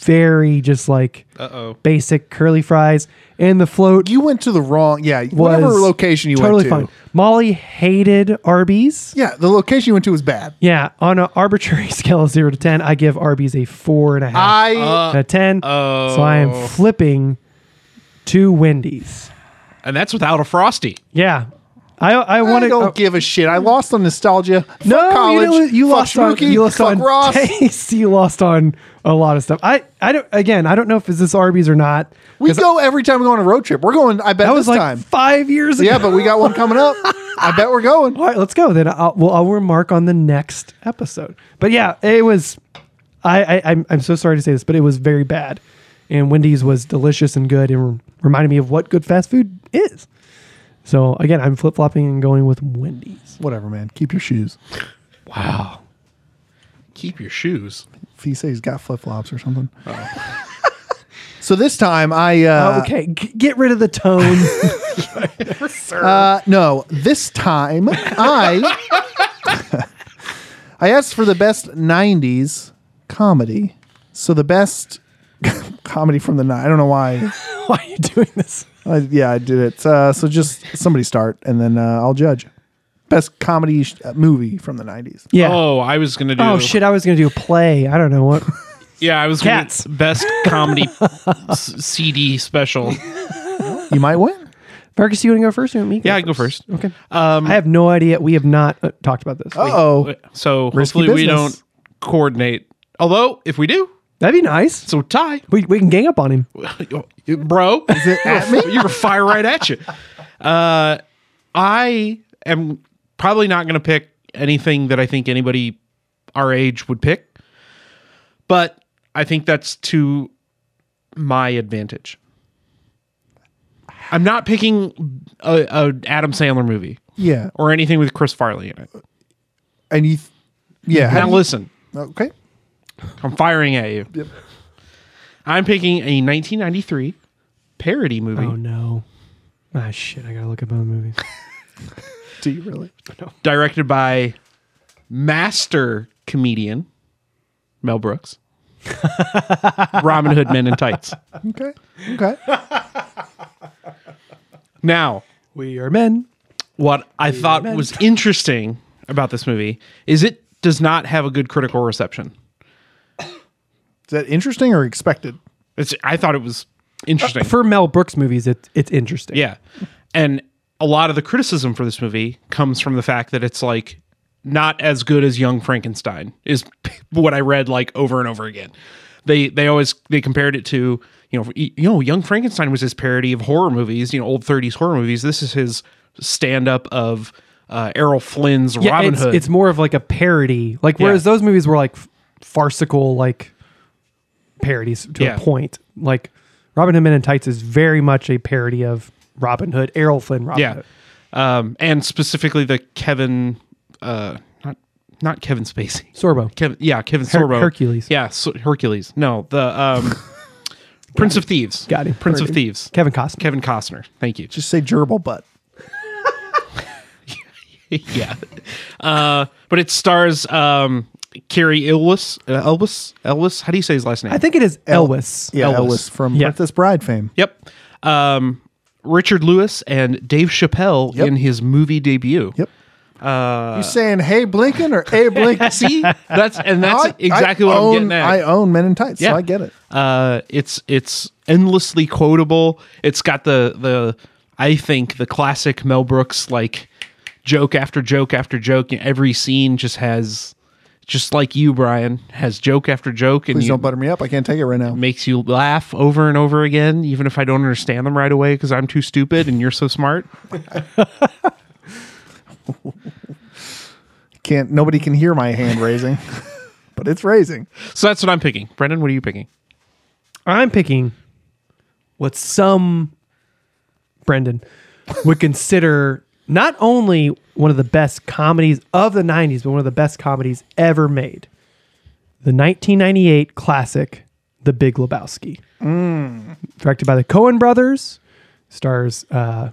Speaker 1: very just like
Speaker 2: Uh-oh.
Speaker 1: basic curly fries, and the float
Speaker 3: You went to the wrong. Yeah,
Speaker 1: was
Speaker 3: whatever location you
Speaker 1: totally
Speaker 3: went to.
Speaker 1: fine. Molly hated Arby's.
Speaker 3: Yeah, the location you went to was bad.
Speaker 1: Yeah, on an arbitrary scale of zero to ten, I give Arby's a four and a half
Speaker 3: I Oh.
Speaker 1: out of ten. So I am flipping to Wendy's.
Speaker 2: and that's without a frosty.
Speaker 1: Yeah, I I
Speaker 3: I
Speaker 1: want to.
Speaker 3: don't give a shit. I lost on nostalgia.
Speaker 1: no,
Speaker 3: fuck college.
Speaker 1: you, know, you
Speaker 3: fuck
Speaker 1: lost on
Speaker 3: Schmooky,
Speaker 1: you lost
Speaker 3: fuck
Speaker 1: on
Speaker 3: Ross.
Speaker 1: taste. You lost on a lot of stuff. I I don't again. I don't know if it's this Arby's or not.
Speaker 3: we go every time we go on a road trip. We're going. I bet
Speaker 1: That was
Speaker 3: this
Speaker 1: like
Speaker 3: time.
Speaker 1: five years ago.
Speaker 3: Yeah, but we got one coming up. I bet we're going.
Speaker 1: All right, let's go. Then I'll, well, I'll remark on the next episode. But yeah, it was. I, I I'm I'm so sorry to say this, but it was very bad. And Wendy's was delicious and good, and reminded me of what good fast food is. So again, I'm flip flopping and going with Wendy's.
Speaker 3: Whatever, man. Keep your shoes.
Speaker 2: Wow. Keep your shoes.
Speaker 3: If you say he's got flip flops or something. so this time I uh,
Speaker 1: okay, g- get rid of the tone.
Speaker 3: uh no this time I I asked for the best '90s comedy. So the best comedy from the night. I don't know why.
Speaker 1: Why are you doing this?
Speaker 3: I, yeah, I did it. Uh, so just somebody start, and then uh, I'll judge. Best comedy sh- uh, movie from the '90s.
Speaker 1: Yeah. Oh,
Speaker 2: Oh, I was gonna do.
Speaker 1: shit! I was gonna do a play. I don't know what.
Speaker 2: Yeah, I was gonna-
Speaker 1: Cats.
Speaker 2: best comedy s- CD special.
Speaker 3: You might win.
Speaker 1: Marcus, you wanna go first? Or you want me? to
Speaker 2: Yeah, I go first.
Speaker 1: Okay. Um, I have no idea. We have not uh, talked about this.
Speaker 3: Uh oh.
Speaker 2: So
Speaker 3: Risky
Speaker 2: hopefully we
Speaker 3: business.
Speaker 2: don't coordinate. Although if we do,
Speaker 1: That'd be nice.
Speaker 2: it's a tie,
Speaker 1: We we can gang up on him.
Speaker 2: bro. Is it at me? You're gonna fire right at you. Uh, I am probably not gonna pick anything that I think anybody our age would pick, but I think that's to my advantage. I'm not picking a, a Adam Sandler movie
Speaker 3: Yeah.
Speaker 2: or anything with Chris Farley in it.
Speaker 3: And you, th- yeah. how
Speaker 2: Now
Speaker 3: do you-
Speaker 2: listen,
Speaker 3: Okay.
Speaker 2: I'm firing at you.
Speaker 3: Yep.
Speaker 2: I'm picking a 1993 parody movie.
Speaker 1: Oh no. Ah shit, I gotta look up other movies.
Speaker 3: Do you really?
Speaker 2: directed by master comedian Mel Brooks. Robin Hood Men in Tights.
Speaker 3: Okay. Okay.
Speaker 2: Now,
Speaker 1: we are men.
Speaker 2: what I thought was interesting about this movie is it does not have a good critical reception.
Speaker 3: Is that interesting or expected?
Speaker 2: It's I thought it was interesting.
Speaker 1: For Mel Brooks movies, it's it's interesting.
Speaker 2: yeah. And a lot of the criticism for this movie comes from the fact that it's like not as good as Young Frankenstein is what I read like over and over again. They they always they compared it to, you know, you know, Young Frankenstein was his parody of horror movies, you know, old 30s horror movies. This is his stand up of uh, Errol Flynn's
Speaker 1: Yeah,
Speaker 2: Robin
Speaker 1: it's,
Speaker 2: Hood.
Speaker 1: it's more of like a parody. Like whereas
Speaker 2: Yeah.
Speaker 1: those movies were like f- farcical like parodies to
Speaker 2: Yeah.
Speaker 1: a point. Like Robin Hood Men in Tights is very much a parody of Robin Hood, Errol Flynn, Robin
Speaker 2: yeah.
Speaker 1: Hood.
Speaker 2: Um, and specifically the Kevin uh not not Kevin Spacey.
Speaker 1: Sorbo.
Speaker 2: Kevin, yeah, Kevin
Speaker 1: Her-
Speaker 2: Sorbo.
Speaker 1: Hercules.
Speaker 2: Yeah, so, Hercules. No, the um, Prince of Thieves.
Speaker 1: Got him.
Speaker 2: Prince
Speaker 1: Heard
Speaker 2: of
Speaker 1: him.
Speaker 2: Thieves.
Speaker 1: Kevin Costner.
Speaker 2: Kevin Costner. Thank you.
Speaker 3: Just say gerbil butt.
Speaker 2: yeah. Uh, but it stars um, Carrie Elwes. Uh, Elwes. Elwes. How do you say his last name?
Speaker 1: I think it is
Speaker 3: El-
Speaker 1: Elvis.
Speaker 3: Yeah.
Speaker 2: Elvis.
Speaker 3: Elvis, from
Speaker 1: Yeah.
Speaker 3: Princess Bride fame.
Speaker 2: Yep. Um, Richard Lewis and Dave Chappelle
Speaker 3: Yep.
Speaker 2: in his movie debut.
Speaker 3: Yep. you saying hey Blinken or hey Blinken?
Speaker 2: See, that's and that's
Speaker 3: I-
Speaker 2: exactly
Speaker 3: I
Speaker 2: what
Speaker 3: own,
Speaker 2: I'm getting at.
Speaker 3: I own Men in Tights,
Speaker 2: Yeah.
Speaker 3: so I get it.
Speaker 2: Uh, it's it's endlessly quotable. It's got the the I think the classic Mel Brooks like joke after joke after joke. And every scene just has just like you, Brian, has joke after joke, and
Speaker 3: Please
Speaker 2: you,
Speaker 3: don't butter me up. I can't take it right now.
Speaker 2: makes you laugh over and over again, even if I don't understand them right away because I'm too stupid and you're so smart.
Speaker 3: Can't. Nobody can hear my hand raising, but it's raising.
Speaker 2: So that's what I'm picking. Brendan, what are you picking?
Speaker 1: I'm picking what some Brendan would consider not only one of the best comedies of the 90s, but one of the best comedies ever made. The 1998 classic, The Big Lebowski. Directed by the Coen brothers, stars uh,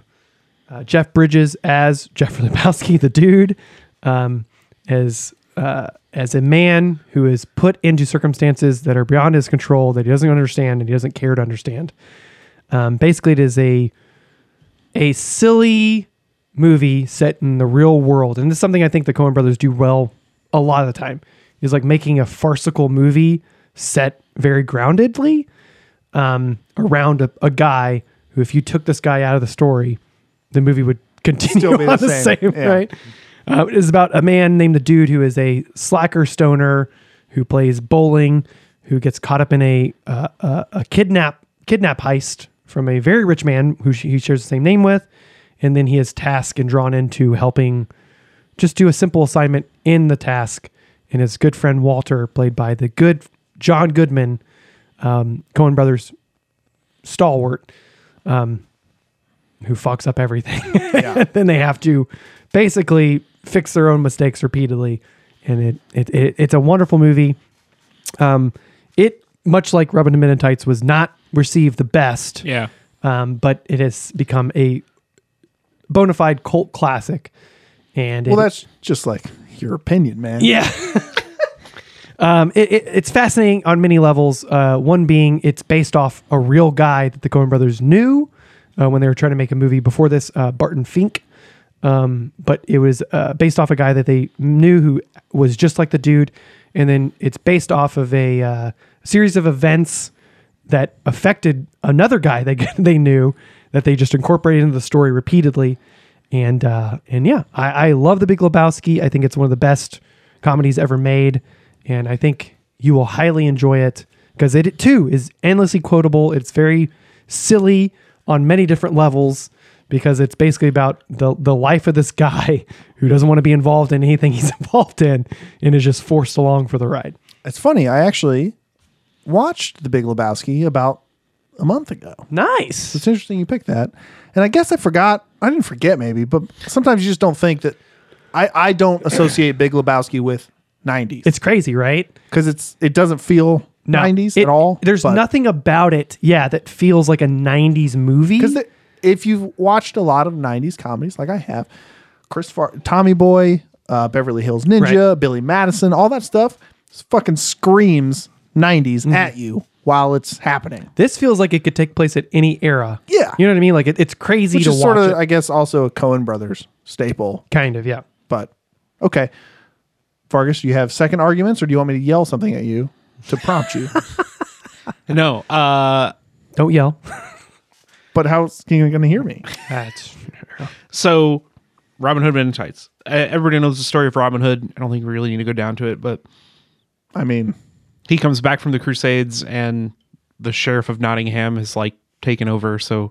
Speaker 1: uh, Jeff Bridges as Jeffrey Lebowski, the dude, um, as uh, as a man who is put into circumstances that are beyond his control that he doesn't understand and he doesn't care to understand. Um, basically, it is a a silly movie set in the real world, and this is something I think the Coen Brothers do well a lot of the time. Is like making a farcical movie set very groundedly um, around a, a guy who, if you took this guy out of the story, the movie would continue
Speaker 3: Still be the
Speaker 1: on the
Speaker 3: same.
Speaker 1: same,
Speaker 3: Yeah.
Speaker 1: right? Uh, it is about a man named the Dude who is a slacker stoner who plays bowling, who gets caught up in a uh, a, a kidnap kidnap heist from a very rich man who sh- he shares the same name with, and then he is tasked and drawn into helping just do a simple assignment in the task. And his good friend Walter, played by the good John Goodman, um, Cohen Brothers stalwart, um, who fucks up everything. then they have to basically fix their own mistakes repeatedly, and it, it, it it's a wonderful movie. Um, it much like Robin Hood Men in Tights was not received the best
Speaker 2: Yeah.
Speaker 1: um, but it has become a bona fide cult classic. And
Speaker 3: Well,
Speaker 1: it-
Speaker 3: that's just like your opinion, man.
Speaker 1: yeah. um, it, it, it's fascinating on many levels. Uh, one being it's based off a real guy that the Coen brothers knew uh, when they were trying to make a movie before this, uh, Barton Fink. Um, but it was uh, based off a guy that they knew who was just like the dude. And then it's based off of a uh, series of events that affected another guy they they knew that they just incorporated into the story repeatedly. And uh, and yeah, I, I love The Big Lebowski. I think it's one of the best comedies ever made, and I think you will highly enjoy it because it too is endlessly quotable. It's very silly on many different levels because it's basically about the the life of this guy who doesn't want to be involved in anything he's involved in and is just forced along for the ride.
Speaker 3: It's funny. I actually watched The Big Lebowski about a month ago.
Speaker 1: Nice.
Speaker 3: It's interesting you picked that. And I guess I forgot. I didn't forget maybe, but sometimes you just don't think that. I, I don't associate Big Lebowski with 90s
Speaker 1: It's crazy, right?
Speaker 3: because it's it doesn't feel
Speaker 1: No,
Speaker 3: 90s
Speaker 1: it-
Speaker 3: at all.
Speaker 1: There's
Speaker 3: but-
Speaker 1: nothing about it, yeah, that feels like a '90s movie.
Speaker 3: because if you've watched a lot of 90s comedies like i have chris Far- tommy boy uh, beverly hills ninja billy madison all that stuff s- fucking screams 90s at you while it's happening
Speaker 1: this feels like it could take place at any era.
Speaker 3: Yeah.
Speaker 1: you know what I mean. Like it, it's crazy
Speaker 3: which
Speaker 1: to
Speaker 3: is
Speaker 1: watch.
Speaker 3: sort of
Speaker 1: it.
Speaker 3: i guess also a cohen brothers staple
Speaker 1: kind of, yeah.
Speaker 3: but okay vargas you have second arguments or do you want me to yell something at you to prompt you
Speaker 2: No, uh,
Speaker 1: Don't yell.
Speaker 3: but how's he gonna hear me
Speaker 1: That's
Speaker 2: so Robin Hood Men in Tights. Uh, Everybody knows the story of Robin Hood. I don't think we really need to go down to it, but
Speaker 3: i mean
Speaker 2: he comes back from the Crusades and the sheriff of Nottingham has like taken over. So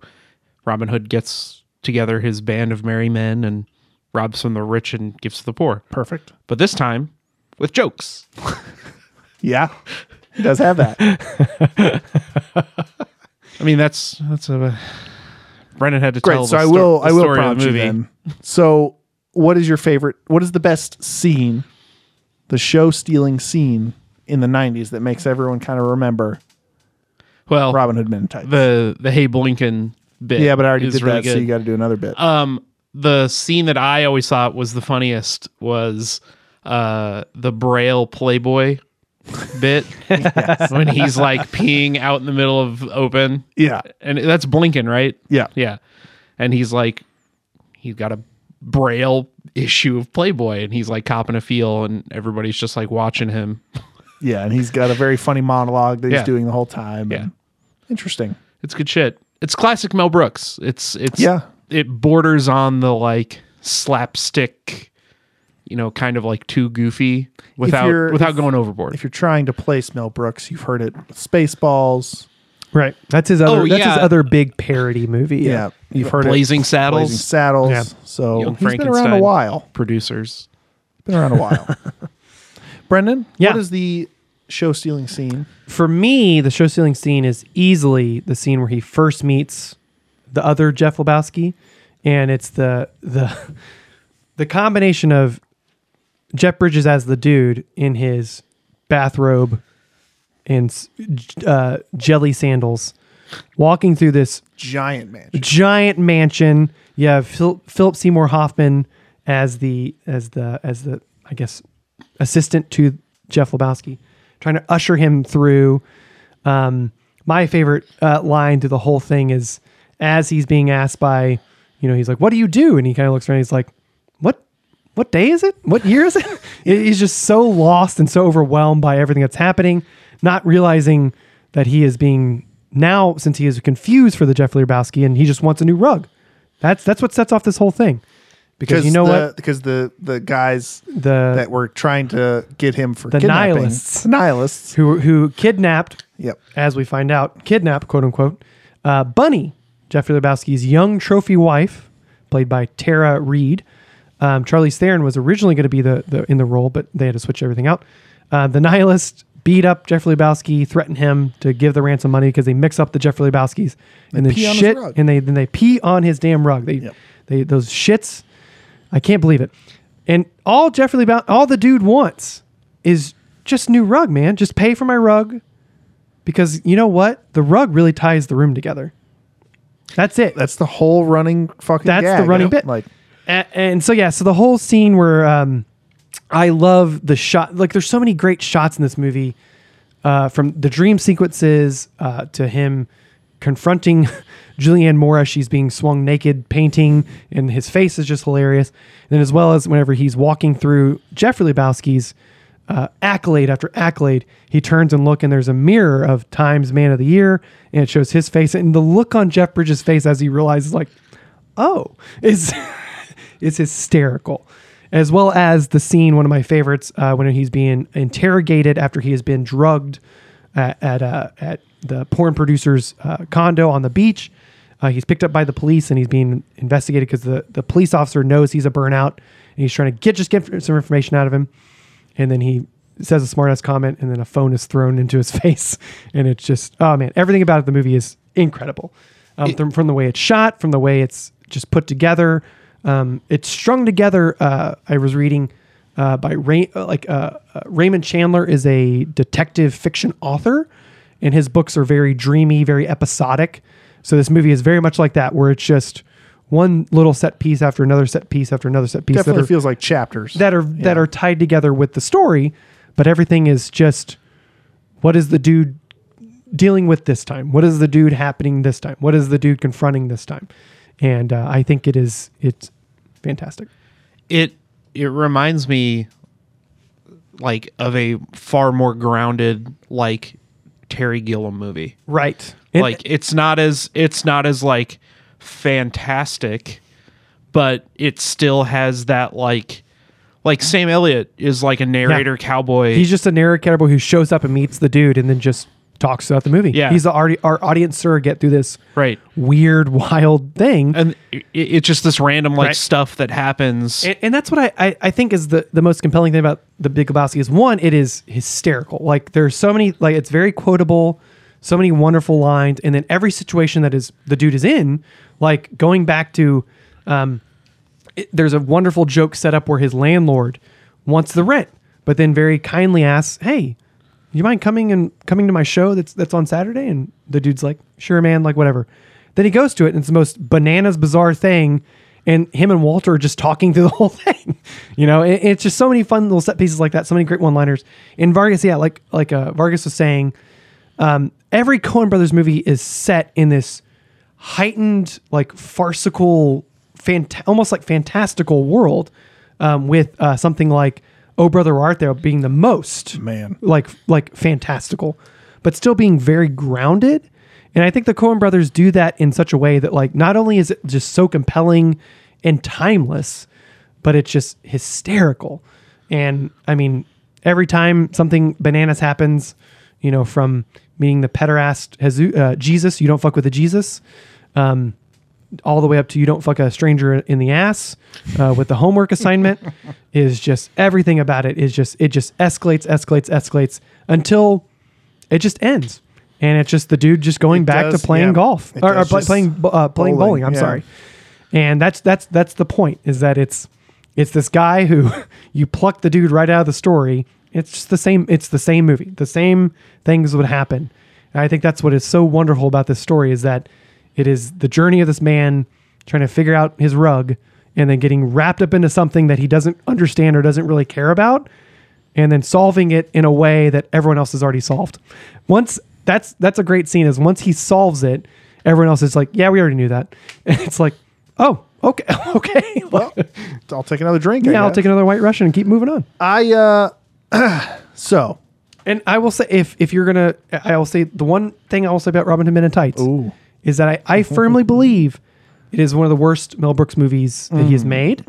Speaker 2: Robin Hood gets together his band of merry men and robs from the rich and gives to the poor.
Speaker 3: perfect
Speaker 2: But this time with jokes.
Speaker 3: yeah he does have that
Speaker 2: I mean, that's that's a. Brennan had to
Speaker 3: Great.
Speaker 2: tell.
Speaker 3: So
Speaker 2: the
Speaker 3: I
Speaker 2: sto-
Speaker 3: will.
Speaker 2: the
Speaker 3: I will
Speaker 2: story of
Speaker 3: prompt you then. So, what is your favorite? What is the best scene? The show stealing scene in the '90s that makes everyone kind of remember
Speaker 2: Well,
Speaker 3: Robin Hood Men in Tights.
Speaker 2: the the Hey Blinken bit.
Speaker 3: yeah, but I already
Speaker 2: is
Speaker 3: did
Speaker 2: really
Speaker 3: that, so
Speaker 2: good.
Speaker 3: you got to do another bit.
Speaker 2: um the scene that I always thought was the funniest was uh the Braille Playboy bit when he's like peeing out in the middle of open
Speaker 3: yeah,
Speaker 2: and that's blinking right
Speaker 3: yeah,
Speaker 2: yeah and he's like he's got a Braille issue of Playboy and he's like copping a feel and everybody's just like watching him
Speaker 3: yeah. And he's got a very funny monologue that he's
Speaker 2: Yeah.
Speaker 3: doing the whole time.
Speaker 2: Yeah.
Speaker 3: and- interesting.
Speaker 2: it's good shit it's classic Mel Brooks it's it's
Speaker 3: Yeah.
Speaker 2: it borders on the like slapstick you know kind of like too goofy
Speaker 3: you're-
Speaker 2: without without
Speaker 3: if-
Speaker 2: going overboard
Speaker 3: If you're trying to place Mel Brooks, you've heard it. with Spaceballs.
Speaker 1: right. That's his other.
Speaker 2: Oh,
Speaker 1: That's his
Speaker 2: yeah.
Speaker 1: other big parody movie.
Speaker 3: Yeah, you've heard
Speaker 2: Blazing
Speaker 3: it.
Speaker 2: Saddles
Speaker 3: Blazing Saddles.
Speaker 1: Yeah.
Speaker 3: So
Speaker 2: Young
Speaker 3: he's been around a
Speaker 2: Frankenstein.
Speaker 3: while.
Speaker 2: producers
Speaker 3: Been around a while. Brendan,
Speaker 1: Yeah.
Speaker 3: what is the show stealing scene?
Speaker 1: For me, the show stealing scene is easily the scene where he first meets the other Jeff Lebowski, and it's the the the combination of Jeff Bridges as the dude in his bathrobe and s- j- uh, jelly sandals, walking through this
Speaker 3: Giant mansion.
Speaker 1: giant mansion. You have Phil, Philip Seymour Hoffman as the as the as the I guess assistant to Jeff Lebowski, trying to usher him through. Um, my favorite uh, line through the whole thing is as he's being asked by, you know, he's like, "What do you do?" And he kind of looks around. He's like, "What? What day is it? What year is it?" He- he's just so lost and so overwhelmed by everything that's happening, not realizing that he is being now since he is confused for the Jeff Lebowski and he just wants a new rug. That's that's what sets off this whole thing. Because you know
Speaker 3: the,
Speaker 1: what
Speaker 3: Because the the guys
Speaker 1: the
Speaker 3: that were trying to get him for
Speaker 1: The
Speaker 3: kidnapping,
Speaker 1: nihilists.
Speaker 3: the nihilists.
Speaker 1: who who kidnapped
Speaker 3: Yep.
Speaker 1: as we find out, kidnapped, quote unquote, uh, Bunny, Jeffrey Lebowski's young trophy wife, played by Tara Reid. Um, Charlie Theron was originally going to be the, the in the role, but they had to switch everything out. Uh, the nihilist beat up Jeffrey Lebowski, threatened him to give the ransom money because they mix up the Jeffrey Lebowski's and then
Speaker 3: pee on his
Speaker 1: shit,
Speaker 3: rug.
Speaker 1: and they then they pee on his damn rug. They they those shits. I can't believe it. And all Jeffrey Lebowski, all the dude wants is just new rug, man. Just pay for my rug, because you know what? The rug really ties the room together. That's it.
Speaker 3: That's the whole running fucking.
Speaker 1: That's the
Speaker 3: gag.
Speaker 1: running bit.
Speaker 3: Like
Speaker 1: A- and so yeah, so the whole scene where um, I love the shot. Like there's so many great shots in this movie, uh, from the dream sequences uh, to him confronting Julianne Moore as she's being swung naked, painting, and his face is just hilarious. And as well as whenever he's walking through Jeffrey Lebowski's uh, accolade after accolade, he turns and look, and there's a mirror of Times Man of the Year, and it shows his face, and the look on Jeff Bridges' face as he realizes, like, oh, is is hysterical. As well as the scene, one of my favorites, uh, when he's being interrogated after he has been drugged at at, uh, at the porn producer's uh, condo on the beach. Uh, he's picked up by the police and he's being investigated because the, the police officer knows he's a burnout and he's trying to get just get some information out of him. And then he says a smart ass comment and then a phone is thrown into his face. And it's just, oh man, everything about the movie is incredible um, from, from the way it's shot, from the way it's just put together. Um, it's strung together. Uh, I was reading uh, by Ray, uh, like uh, uh, Raymond Chandler is a detective fiction author, and his books are very dreamy, very episodic. So this movie is very much like that, where it's just one little set piece after another set piece after another set piece. that
Speaker 3: Definitely
Speaker 1: are-
Speaker 3: feels like chapters.
Speaker 1: that are that are tied together with the story, but everything is just what is the dude dealing with this time? What is the dude happening this time? What is the dude confronting this time? And uh, I think it is it's fantastic.
Speaker 2: it it reminds me like of a far more grounded like Terry Gilliam movie.
Speaker 1: Right. And,
Speaker 2: like it's not as it's not as like fantastic, but it still has that like like Sam Elliott is like a narrator cowboy.
Speaker 1: he's just a narrow cannibal who shows up and meets the dude and then just talks throughout the movie.
Speaker 2: Yeah.
Speaker 1: He's the, our, our audience surrogate through this
Speaker 2: right.
Speaker 1: weird, wild thing.
Speaker 2: And it, it's just this random like
Speaker 1: Right.
Speaker 2: stuff that happens.
Speaker 1: and, and that's what I, I, I think is the, the most compelling thing about the Big Lebowski is one, it is hysterical. Like there's so many, like it's very quotable, so many wonderful lines, and then every situation that is the dude is in, like going back to, um, it- there's a wonderful joke set up where his landlord wants the rent, but then very kindly asks, "Hey, you mind coming and coming to my show that's that's on Saturday?" And the dude's like, "Sure, man, like whatever." Then he goes to it, and it's the most bananas bizarre thing. And him and Walter are just talking through the whole thing, you know. It, it's just so many fun little set pieces like that, so many great one-liners. And Vargas, yeah, like like uh, Vargas was saying, um, every Coen Brothers movie is set in this heightened, like farcical, fant- almost like fantastical world, um, with uh, something like "Oh Brother, Where Art Thou" being the most
Speaker 3: Man.
Speaker 1: like like fantastical, but still being very grounded. And I think the Coen Brothers do that in such a way that like not only is it just so compelling and timeless, but it's just hysterical. And I mean, every time something bananas happens, you know, from meeting the pederast Jesu- uh, Jesus, you don't fuck with the Jesus, um, all the way up to you don't fuck a stranger in the ass uh, with the homework assignment is just everything about it is just it just escalates, escalates, escalates until it just ends. And it's just the dude just going back
Speaker 3: does,
Speaker 1: to playing
Speaker 3: yeah.
Speaker 1: golf
Speaker 3: It
Speaker 1: or, or
Speaker 3: does
Speaker 1: play,
Speaker 3: just-
Speaker 1: playing bo- uh, playing bowling.
Speaker 3: Bowling,
Speaker 1: I'm
Speaker 3: yeah.
Speaker 1: sorry, and that's that's that's the point is that it's it's this guy who you pluck the dude right out of the story. It's just the same. It's the same movie. The same things would happen. And I think that's what is so wonderful about this story is that it is the journey of this man trying to figure out his rug and then getting wrapped up into something that he doesn't understand or doesn't really care about and then solving it in a way that everyone else has already solved. Once that's that's a great scene is once he solves it, everyone else is like, "Yeah, we already knew that." And it's like, "Oh, okay, okay,
Speaker 3: well, I'll take another drink.
Speaker 1: yeah,
Speaker 3: I
Speaker 1: I'll
Speaker 3: guess.
Speaker 1: take another White Russian and keep moving on."
Speaker 3: I uh, so
Speaker 1: And I will say, if if you're gonna, I will say the one thing I will say about Robin Hood Men in Tights
Speaker 3: Ooh.
Speaker 1: is that I, I firmly believe it is one of the worst Mel Brooks movies that he has made.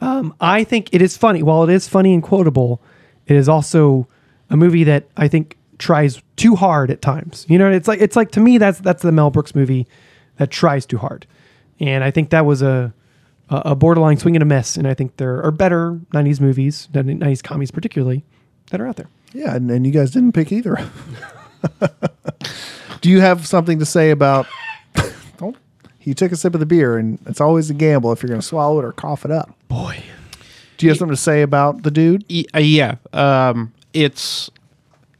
Speaker 1: Um, I think it is funny. While it is funny and quotable, it is also a movie that I think tries too hard at times. You know, it's like it's like to me that's that's the Mel Brooks movie that tries too hard, and I think that was a a a borderline swing and a miss. And I think there are better '90s movies, '90s comedies particularly, that are out there.
Speaker 3: yeah, and, and you guys didn't pick either. Do you have something to say about? Don't. He took a sip of the beer, and it's always a gamble if you're going to swallow it or cough it up. Boy, do you have something to say about the dude?
Speaker 2: Y- uh, yeah um it's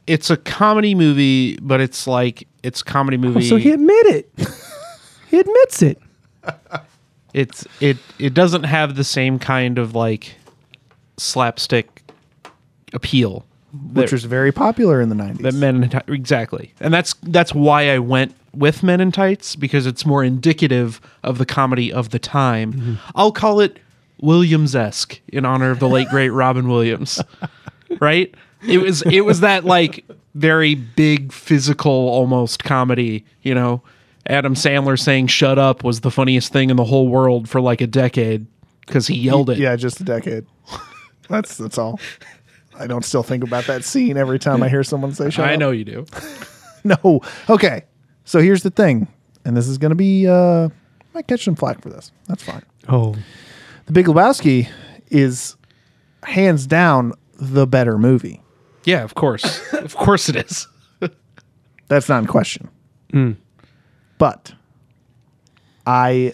Speaker 2: it's a comedy movie but it's like it's comedy movie
Speaker 1: So he admit it. he admits it.
Speaker 2: it's it it doesn't have the same kind of like slapstick appeal
Speaker 3: Which was very popular in the '90s.
Speaker 2: that men in Ti- exactly and that's that's why i went with men in tights because it's more indicative of the comedy of the time
Speaker 3: Mm-hmm.
Speaker 2: i'll call it williams-esque in honor of the late great robin williams right it was it was that like very big physical almost comedy you know adam sandler saying shut up was the funniest thing in the whole world for like a decade because he yelled it
Speaker 3: Yeah, just a decade. that's that's all. I don't still think about that scene every time I hear someone say "shut
Speaker 2: i
Speaker 3: up."
Speaker 2: know you do
Speaker 3: No. Okay. So here's the thing, and this is going to be uh, might catch some flack for this. That's fine.
Speaker 1: Oh,
Speaker 3: The Big Lebowski is hands down the better movie.
Speaker 2: yeah of course of course it is
Speaker 3: That's not in question. But I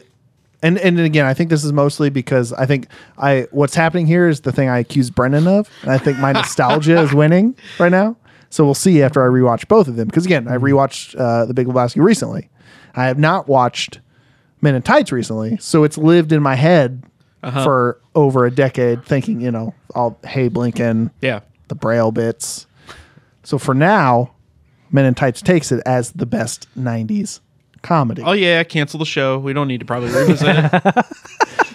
Speaker 3: and and again, I think this is mostly because I think I what's happening here is the thing I accuse Brennan of, and I think my nostalgia is winning right now. So we'll see after I rewatch both of them because again, I rewatched uh, The Big Lebowski recently. I have not watched Men in Tights recently, so it's lived in my head for over a decade, thinking you know, all hey Blinken,
Speaker 2: Yeah.
Speaker 3: the braille bits. So for now, Men in Tights takes it as the best 90s comedy.
Speaker 2: Oh yeah, cancel the show. We don't need to probably revisit it.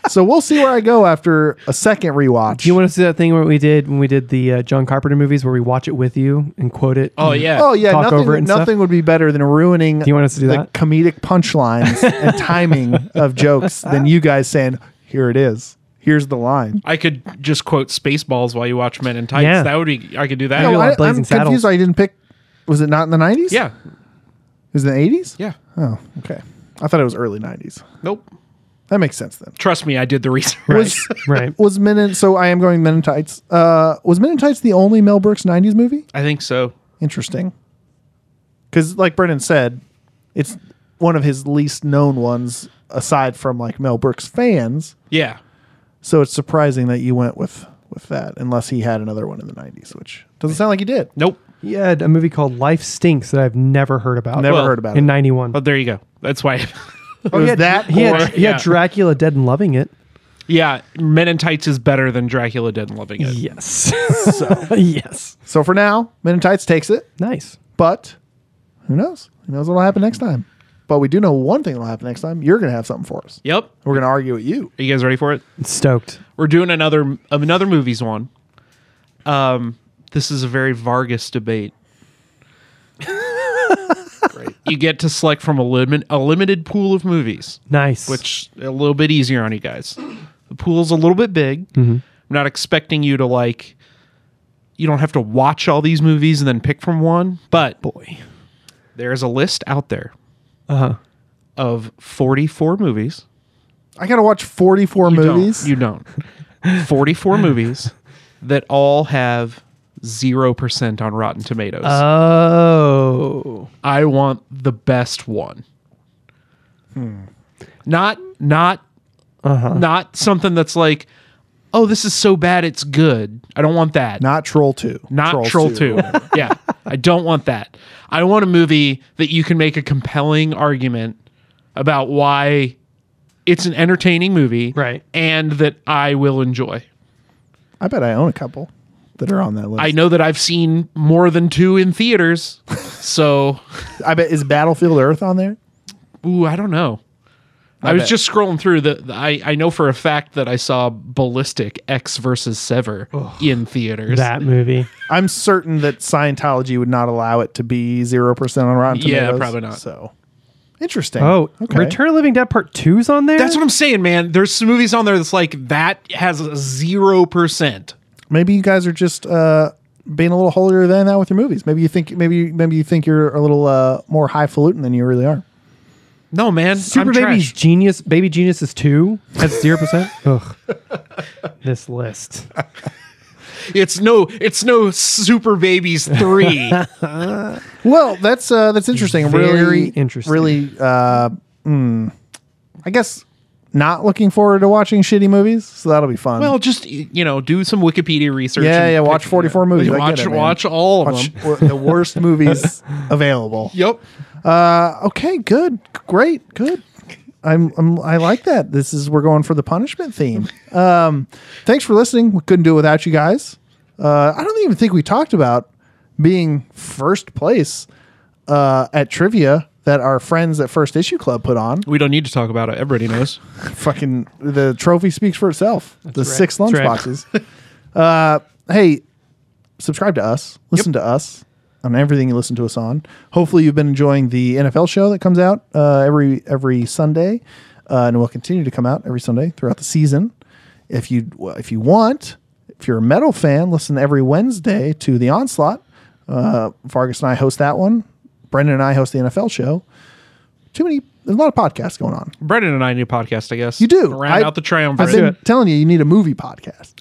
Speaker 3: So we'll see where I go after a second rewatch.
Speaker 1: Do you want to see that thing what we did when we did the uh, John Carpenter movies where we watch it with you and quote it?
Speaker 2: Oh
Speaker 1: and-
Speaker 2: yeah.
Speaker 3: oh yeah,
Speaker 1: talk
Speaker 3: nothing,
Speaker 1: over it and
Speaker 3: nothing
Speaker 1: stuff?
Speaker 3: would be better than ruining
Speaker 1: you want us to do
Speaker 3: the
Speaker 1: that?
Speaker 3: comedic punchlines and timing of jokes than you guys saying, "Here it is. Here's the line."
Speaker 2: I could just quote Spaceballs while you watch Men in Tights.
Speaker 1: Yeah.
Speaker 2: That would be. I could do that.
Speaker 1: No,
Speaker 2: Yeah.
Speaker 1: like
Speaker 3: I, am
Speaker 1: Blazing Saddles.
Speaker 3: confused. I didn't pick. Was it not in the 90s?
Speaker 2: yeah.
Speaker 3: It was in the 80s?
Speaker 2: Yeah.
Speaker 3: Oh, okay. I thought it was early 90s.
Speaker 2: Nope.
Speaker 3: That makes sense then.
Speaker 2: Trust me, I did the research.
Speaker 3: Was
Speaker 1: Right.
Speaker 3: was Men in, so I am going Men in Tights. Uh, was Men in Tights the only Mel Brooks 90s movie?
Speaker 2: I think so.
Speaker 3: Interesting. Because, like Brennan said, it's one of his least known ones aside from like Mel Brooks fans.
Speaker 2: Yeah.
Speaker 3: So it's surprising that you went with with that, unless he had another one in the 90s, which doesn't sound like he did.
Speaker 2: Nope.
Speaker 1: He had a movie called Life Stinks that I've never heard about.
Speaker 3: Never
Speaker 2: Well,
Speaker 3: heard about
Speaker 1: In
Speaker 3: it.
Speaker 1: '91.
Speaker 2: But there you go. That's why.
Speaker 3: Oh, he had that.
Speaker 1: He had,
Speaker 3: or-
Speaker 1: he
Speaker 2: yeah.
Speaker 1: had Dracula Dead and Loving It.
Speaker 2: yeah, Men in Tights is better than Dracula Dead and Loving It.
Speaker 1: Yes. yes.
Speaker 3: so for now, Men in Tights takes it,
Speaker 1: Nice.
Speaker 3: but who knows? Who knows what'll happen next time? But we do know one thing that'll happen next time. You're going to have something for us.
Speaker 2: Yep. Are
Speaker 3: We're going to argue at you.
Speaker 2: you guys ready for it?
Speaker 1: Stoked.
Speaker 2: We're doing another another movies one. Um, this is a very Vargas debate. Great. You get to select from a, lim- a limited pool of movies,
Speaker 1: Nice.
Speaker 2: which a little bit easier on you guys. The pool's a little bit big. I'm not expecting you to like. You don't have to watch all these movies and then pick from one, but
Speaker 1: boy.
Speaker 2: there is a list out there
Speaker 1: Uh huh.
Speaker 2: of 44 movies.
Speaker 3: I got to watch 44
Speaker 2: You don't.
Speaker 3: movies.
Speaker 2: You don't. 44 movies that all have 0% on Rotten Tomatoes.
Speaker 1: Oh.
Speaker 2: I want the best one. Hmm. Not not not something that's like, "Oh, this is so bad it's good." I don't want that.
Speaker 3: Not Troll 2.
Speaker 2: Not Troll, 2. yeah. I don't want that. I want a movie that you can make a compelling argument about why it's an entertaining movie
Speaker 1: Right.
Speaker 2: and that I will enjoy.
Speaker 3: I bet I own a couple that are on that list.
Speaker 2: I know that I've seen more than two in theaters. So,
Speaker 3: I bet is Battlefield Earth on there?
Speaker 2: ooh, I don't know. I, was
Speaker 3: bet.
Speaker 2: just scrolling through the, the- I, I know for a fact that I saw Ballistic X versus Sever in theaters.
Speaker 1: That movie.
Speaker 3: I'm certain that Scientology would not allow it to be zero percent on Rotten
Speaker 2: Yeah,
Speaker 3: Tomatoes.
Speaker 2: probably not.
Speaker 3: So interesting.
Speaker 1: Oh,
Speaker 3: okay.
Speaker 1: Return of the Living Dead Part Two's on there.
Speaker 2: That's what I'm saying, man. There's some movies on there that's like that has a 0%.
Speaker 3: Maybe you guys are just uh, being a little holier than that with your movies. Maybe you think maybe maybe you think you're a little uh, more highfalutin than you really are.
Speaker 2: No, man.
Speaker 1: Super
Speaker 2: I'm
Speaker 1: Baby's
Speaker 2: trash.
Speaker 1: Genius. Baby Genius is two. That's zero percent. Ugh. This list.
Speaker 2: It's no. It's no Super Babies three.
Speaker 3: Well, that's uh, that's interesting.
Speaker 1: Very
Speaker 3: really
Speaker 1: interesting.
Speaker 3: Really, uh, mm, I guess not looking forward to watching shitty movies. So that'll be fun.
Speaker 2: well, just y- you know, do some Wikipedia research.
Speaker 3: yeah,
Speaker 2: and
Speaker 3: yeah. Watch
Speaker 2: pick-
Speaker 3: 44 movies. I get
Speaker 2: Watch,
Speaker 3: it, man.
Speaker 2: watch all of
Speaker 3: Watch
Speaker 2: them.
Speaker 3: w- the worst movies available.
Speaker 2: Yep.
Speaker 3: Uh, okay, good, great, good. I'm, I'm I like that. This is we're going for the punishment theme. Um, thanks for listening. We couldn't do it without you guys. Uh, I don't even think we talked about being first place uh, at trivia that our friends at First Issue Club put on.
Speaker 2: We don't need to talk about it. Everybody knows.
Speaker 3: Fucking the trophy speaks for itself. the six
Speaker 1: That's
Speaker 3: lunch
Speaker 1: right.
Speaker 3: boxes. uh, hey, subscribe to us. Listen to us on everything you listen to us on. Hopefully, you've been enjoying the NFL show that comes out uh, every every Sunday, uh, and will continue to come out every Sunday throughout the season. If you if you want, if you're a metal fan, listen every Wednesday to the Onslaught. Uh, Vargas and I host that one. Brendan and I host the NFL show. Too many. There's a lot of podcasts going on.
Speaker 2: Brendan and I need a podcast. I guess
Speaker 3: You do.
Speaker 2: Round
Speaker 3: I-
Speaker 2: out the
Speaker 3: I've
Speaker 2: triumvirate.
Speaker 3: been telling you, you need a movie podcast.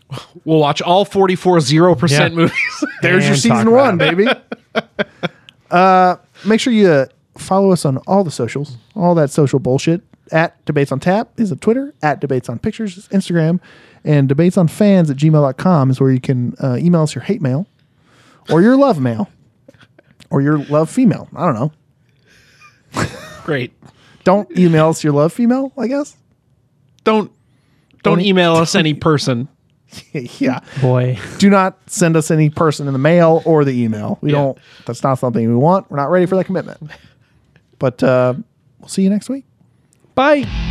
Speaker 2: We'll watch all 44 zero percent
Speaker 1: Yeah.
Speaker 2: movies.
Speaker 3: There's your
Speaker 1: And talk
Speaker 3: season
Speaker 1: about
Speaker 3: one, baby. uh, make sure you uh, follow us on all the socials, all that social bullshit. At Debates on Tap is a Twitter, at Debates on Pictures is Instagram, and Debates on Fans at gmail.com is where you can uh, email us your hate mail or your love mail or your love female. I don't know.
Speaker 2: Great.
Speaker 3: Don't email us your love female, I guess.
Speaker 2: Don't don't email us any person.
Speaker 3: yeah.
Speaker 1: Boy.
Speaker 3: Do not send us any person in the mail or the email. We
Speaker 2: Yeah.
Speaker 3: don't, that's not something we want. We're not ready for that commitment. But uh, we'll see you next week.
Speaker 1: Bye.